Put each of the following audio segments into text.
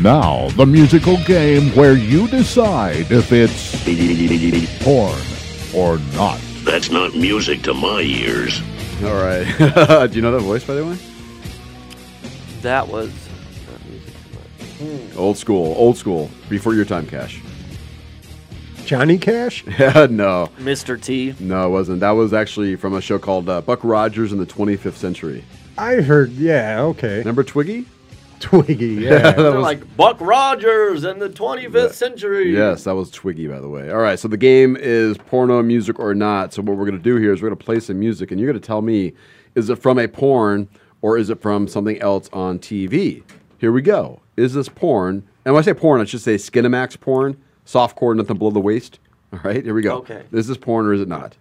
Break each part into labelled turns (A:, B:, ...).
A: Now, the musical game where you decide if it's porn or not.
B: That's not music to my ears.
C: All right. Do you know that voice, by the way?
D: That was. not music so much.
C: Old school. Old school. Before your time, Cash.
E: Johnny Cash?
C: no.
D: Mr. T.
C: No, it wasn't. That was actually from a show called uh, Buck Rogers in the 25th Century.
E: I heard, yeah, okay.
C: Remember Twiggy?
E: Twiggy, yeah.
D: They're like Buck Rogers in the 25th century.
C: Yes, that was Twiggy, by the way. All right, so the game is porno music or not. So what we're going to do here is we're going to play some music, and you're going to tell me, is it from a porn or is it from something else on TV? Here we go. Is this porn? And when I say porn, I should say Skinamax porn, softcore, nothing below the waist. All right, here we go.
D: Okay.
C: Is this porn or is it not?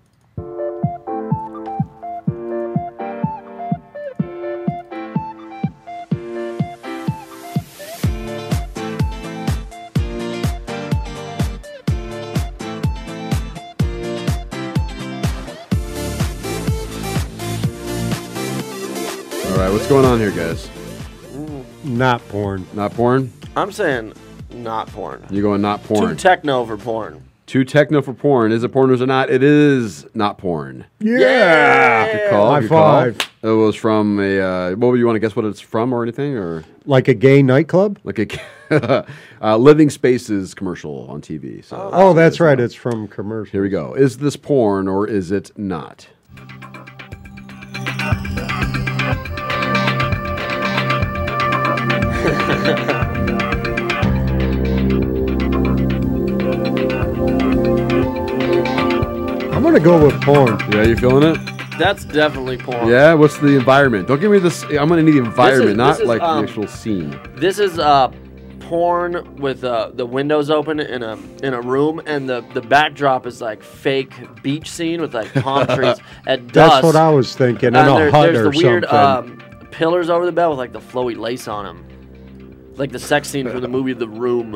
C: All right, what's going on here, guys?
E: Not porn.
C: Not porn?
D: I'm saying not porn.
C: You're going not
D: Too
C: porn.
D: techno for porn.
C: Too techno for porn. Is it porn or is it not? It is not porn.
E: Yeah.
C: Good call.
E: High
C: good call.
E: five.
C: It was from a. Uh, what would you want to guess? What it's from or anything or
E: Like a gay nightclub?
C: like a uh, Living Spaces commercial on TV. So
E: Oh, that's right. It's from commercial.
C: here we go. Is this porn or is it not?
E: I'm going to go with porn.
C: Yeah, you feeling it?
D: That's definitely porn.
C: Yeah. What's the environment? Don't give me this. I'm gonna need the environment, not
D: this is,
C: like
D: um,
C: the actual scene.
D: This is uh, porn with uh, the windows open in a in a room, and the, the backdrop is like fake beach scene with like palm trees at dusk.
E: That's what I was thinking. In
D: And
E: a
D: there-
E: hut
D: there's
E: or
D: the weird
E: something.
D: um, pillars over the bed with like the flowy lace on them, like the sex scene from the movie The Room,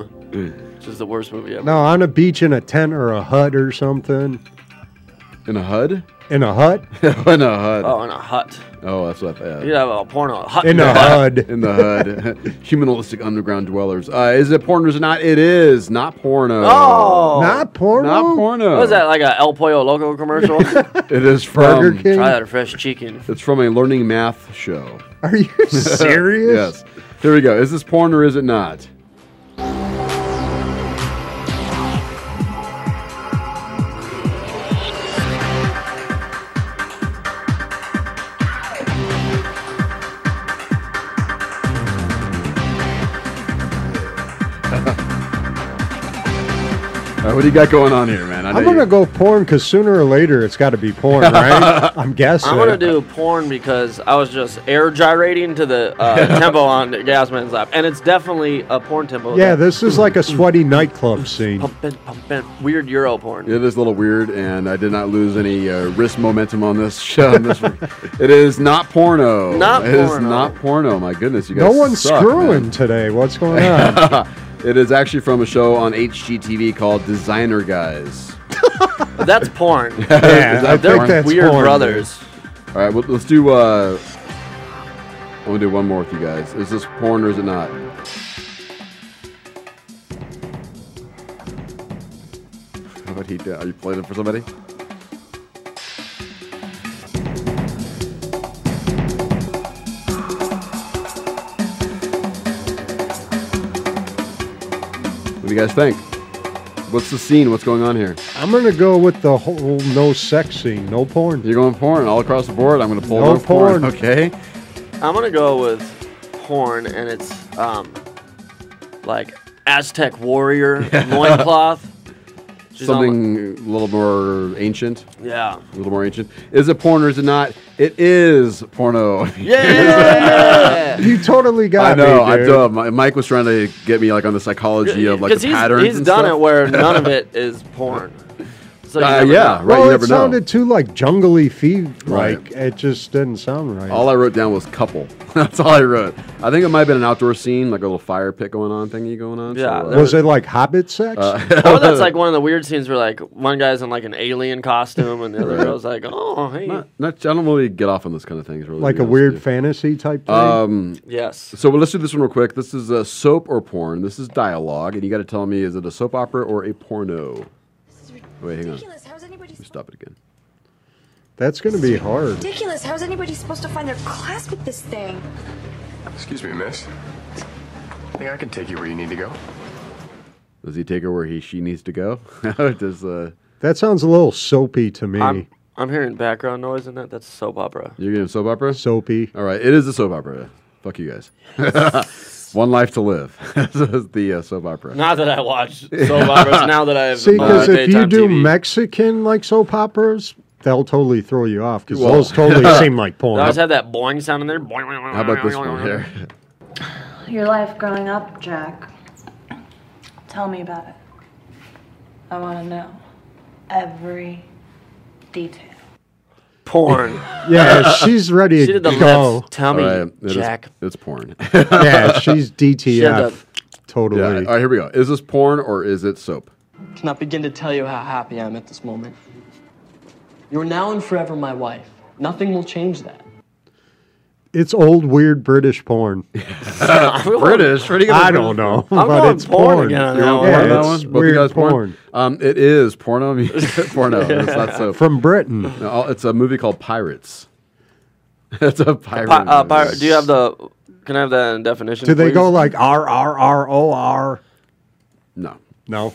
D: which is the worst movie ever.
E: no, on a beach in a tent or a hut or something.
C: In a HUD?
E: In a hut?
C: in a HUD. Oh,
D: Oh, in a hut.
C: that's what. I thought.
D: You have a porno hut.
E: In a hut.
C: in the hood. Humanistic underground dwellers. Uh, is it porn or is it not? It is not porno.
D: Oh,
E: Not porno?
C: Not porno.
D: what was that like a El Pollo Loco commercial? Try
C: It is
E: Burger
D: Um,
C: from.
E: King?
D: that fresh chicken.
C: It's from a learning math show.
E: Are you serious?
C: yes. Here we go. Is this porn or is it not? Uh, All right, what do you got going on here, man? I know
E: I'm going
C: you-
E: to go porn because sooner or later it's got to be porn, right? I'm guessing.
D: I'm gonna do porn because I was just air gyrating to the uh, tempo on Gasman's lap, and it's definitely a porn tempo.
E: Yeah,
D: That
E: this is like a sweaty nightclub scene.
D: pumping, pumping, weird Euro porn.
C: It is a little weird, and I did not lose any uh, wrist momentum on this show. on this one. it is not porno.
D: Not
C: It is
D: porno.
C: not porno. My goodness, you guys.
E: No one's
C: suck,
E: screwing
C: man.
E: today. What's going on?
C: It is actually from a show on HGTV called Designer Guys.
D: But that's porn.
E: yeah,
C: that
E: I think
C: porn?
E: that's
D: weird
E: porn.
D: brothers.
C: All right, well, let's do. Uh, I'm gonna do one more with you guys. Is this porn or is it not? What he did? Are you playing it for somebody? What do you guys think? What's the scene? What's going on here?
E: I'm gonna go with the whole no sex scene, no porn.
C: You're going porn all across the board. I'm going to pull
E: No
C: no porn.
E: porn.
C: Okay.
D: I'm gonna go with porn, and it's um like Aztec warrior loincloth. She's on-
C: Something a little more ancient.
D: yeah.
C: A little more ancient. Is it porn or is it not? It is porno.
D: Yeah.
E: You totally got
C: I know.
E: me,
C: I
E: dude.
C: know. My- Mike was trying to get me like on the psychology of like the
D: he's,
C: patterns.
D: he's
C: and
D: done
C: stuff.
D: it where none of it is porn. So you
C: Uh,
D: never
C: yeah,
D: know.
C: Right, you
E: well,
C: never know.
E: it sounded too like jungly feet.
C: Right.
E: Like it just didn't sound right.
C: All I wrote down was couple. That's all I wrote. I think it might have been an outdoor scene, like a little fire pit going on, thingy going on.
D: Yeah,
C: uh,
D: there
E: was it like hobbit sex?
D: Oh, that's like one of the weird scenes where like one guy's in like an alien costume and the other girl's like, oh hey,
C: not, not, I don't really get off on those kind of things. Really,
E: like
C: to
E: a
C: be honest with
E: weird
C: you.
E: fantasy type thing?
C: Um,
D: yes,
C: So well, let's do this one real quick. This is uh, soap or porn. This is dialogue, and you got to tell me: is it a soap opera or a porno?
F: This is
C: Wait, hang on.
F: ridiculous. How's anybody
C: Let me stop it again.
E: That's going to be hard.
F: ridiculous? How's anybody supposed to find their class with this thing?
G: Excuse me, miss. Think I can take you where you need to go?
C: Does he take her where he she needs to go? Does uh,
E: That sounds a little soapy to me.
D: I'm I'm hearing background noise in that. That's soap opera.
C: you're getting soap opera?
E: soapy.
C: All right, it is a soap opera. Fuck you guys. One life to live. this is the uh, soap opera.
D: Not that I watch soap operas. Now that I have
E: See, because
D: uh,
E: if you
D: daytime
E: do
D: TV.
E: Mexican like soap operas, they'll totally throw you off because
C: Well-
E: those totally seem like porn.
D: I always have that boing sound in there. Boing,
C: How about this one here?
H: Your life growing up, Jack. Tell me about it. I want to know every detail.
D: Porn.
E: yeah, she's ready
D: She
E: to
D: did the
E: go.
D: lips. Tell
C: All
D: me,
C: right, it is-
D: Jack.
C: it's porn.
E: yeah, she's DTF.
D: the-
C: Yeah,
E: Totally.
C: All right, here we go. Is this porn or is it soap?
I: cannot begin to tell you how happy I am at this moment. You're now and forever my wife. Nothing will change that.
E: It's old, weird British porn.
C: British. Where do you get
E: I
C: this
E: don't
C: British-
E: know,
D: I'm
E: but
D: going
E: it's
D: porn
E: porn.
D: again on
E: You
D: that
C: Porn, that
D: one.
E: want porn on it's
C: one? Both you
E: weird
C: guys porn?
E: porn.
C: Um, it is porno. mu- porno. It's not soap.
E: from Britain.
C: No, it's a movie called Pirates. it's a pirate.
D: Pi- uh,
C: movie.
D: pir- do you have the? Can I have that in definition?
E: Do they
D: please?
E: go like R R R O R?
C: no.
E: No.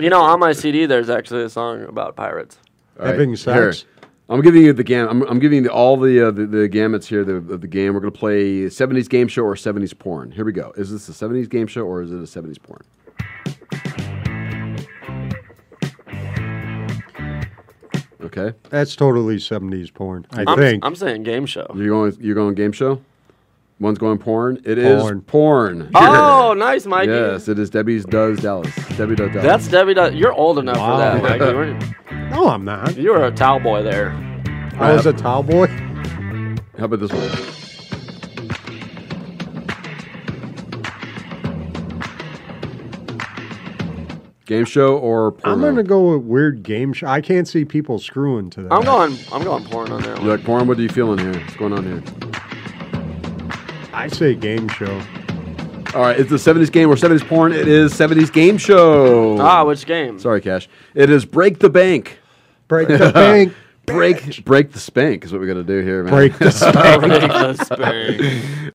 D: You know, on my CD, there's actually a song about pirates.
C: All right,
E: Having sex?
C: Here. I'm giving you the gam. I'm, I'm giving you the, all the, uh, the the gamuts here the- of the game. We're gonna play 70s game show or 70s porn. Here we go. Is this a 70s game show or is it a 70s porn? Okay,
E: That's totally seventies porn. I
D: I'm,
E: think.
D: I'm saying game show.
C: you're going. You're going game show. One's going porn. It is
E: Porn.
C: porn.
D: Oh, nice, Mikey.
C: yes, it is. Debbie's does Dallas. Debbie does Dallas.
D: That's Debbie. Dun- You're old enough
E: Wow.
D: for that, Mikey. Weren't-
E: no, I'm not.
D: You were a towel boy there.
E: I was a towel boy.
C: How about this one? Game show or porno?
E: I'm gonna go with weird game show. I can't see people screwing to that.
D: I'm going. I'm going porn on that
C: You
D: one.
C: like porn? What are you feeling here? What's going on here?
E: I say game show.
C: All right, it's the '70s game or '70s porn. It is '70s game show.
D: Ah, which game?
C: sorry, Cash. It is break the bank.
E: Break the bank.
C: Break, break the spank is what we got to do here, man.
E: Break the spank.
D: Ridiculous thing.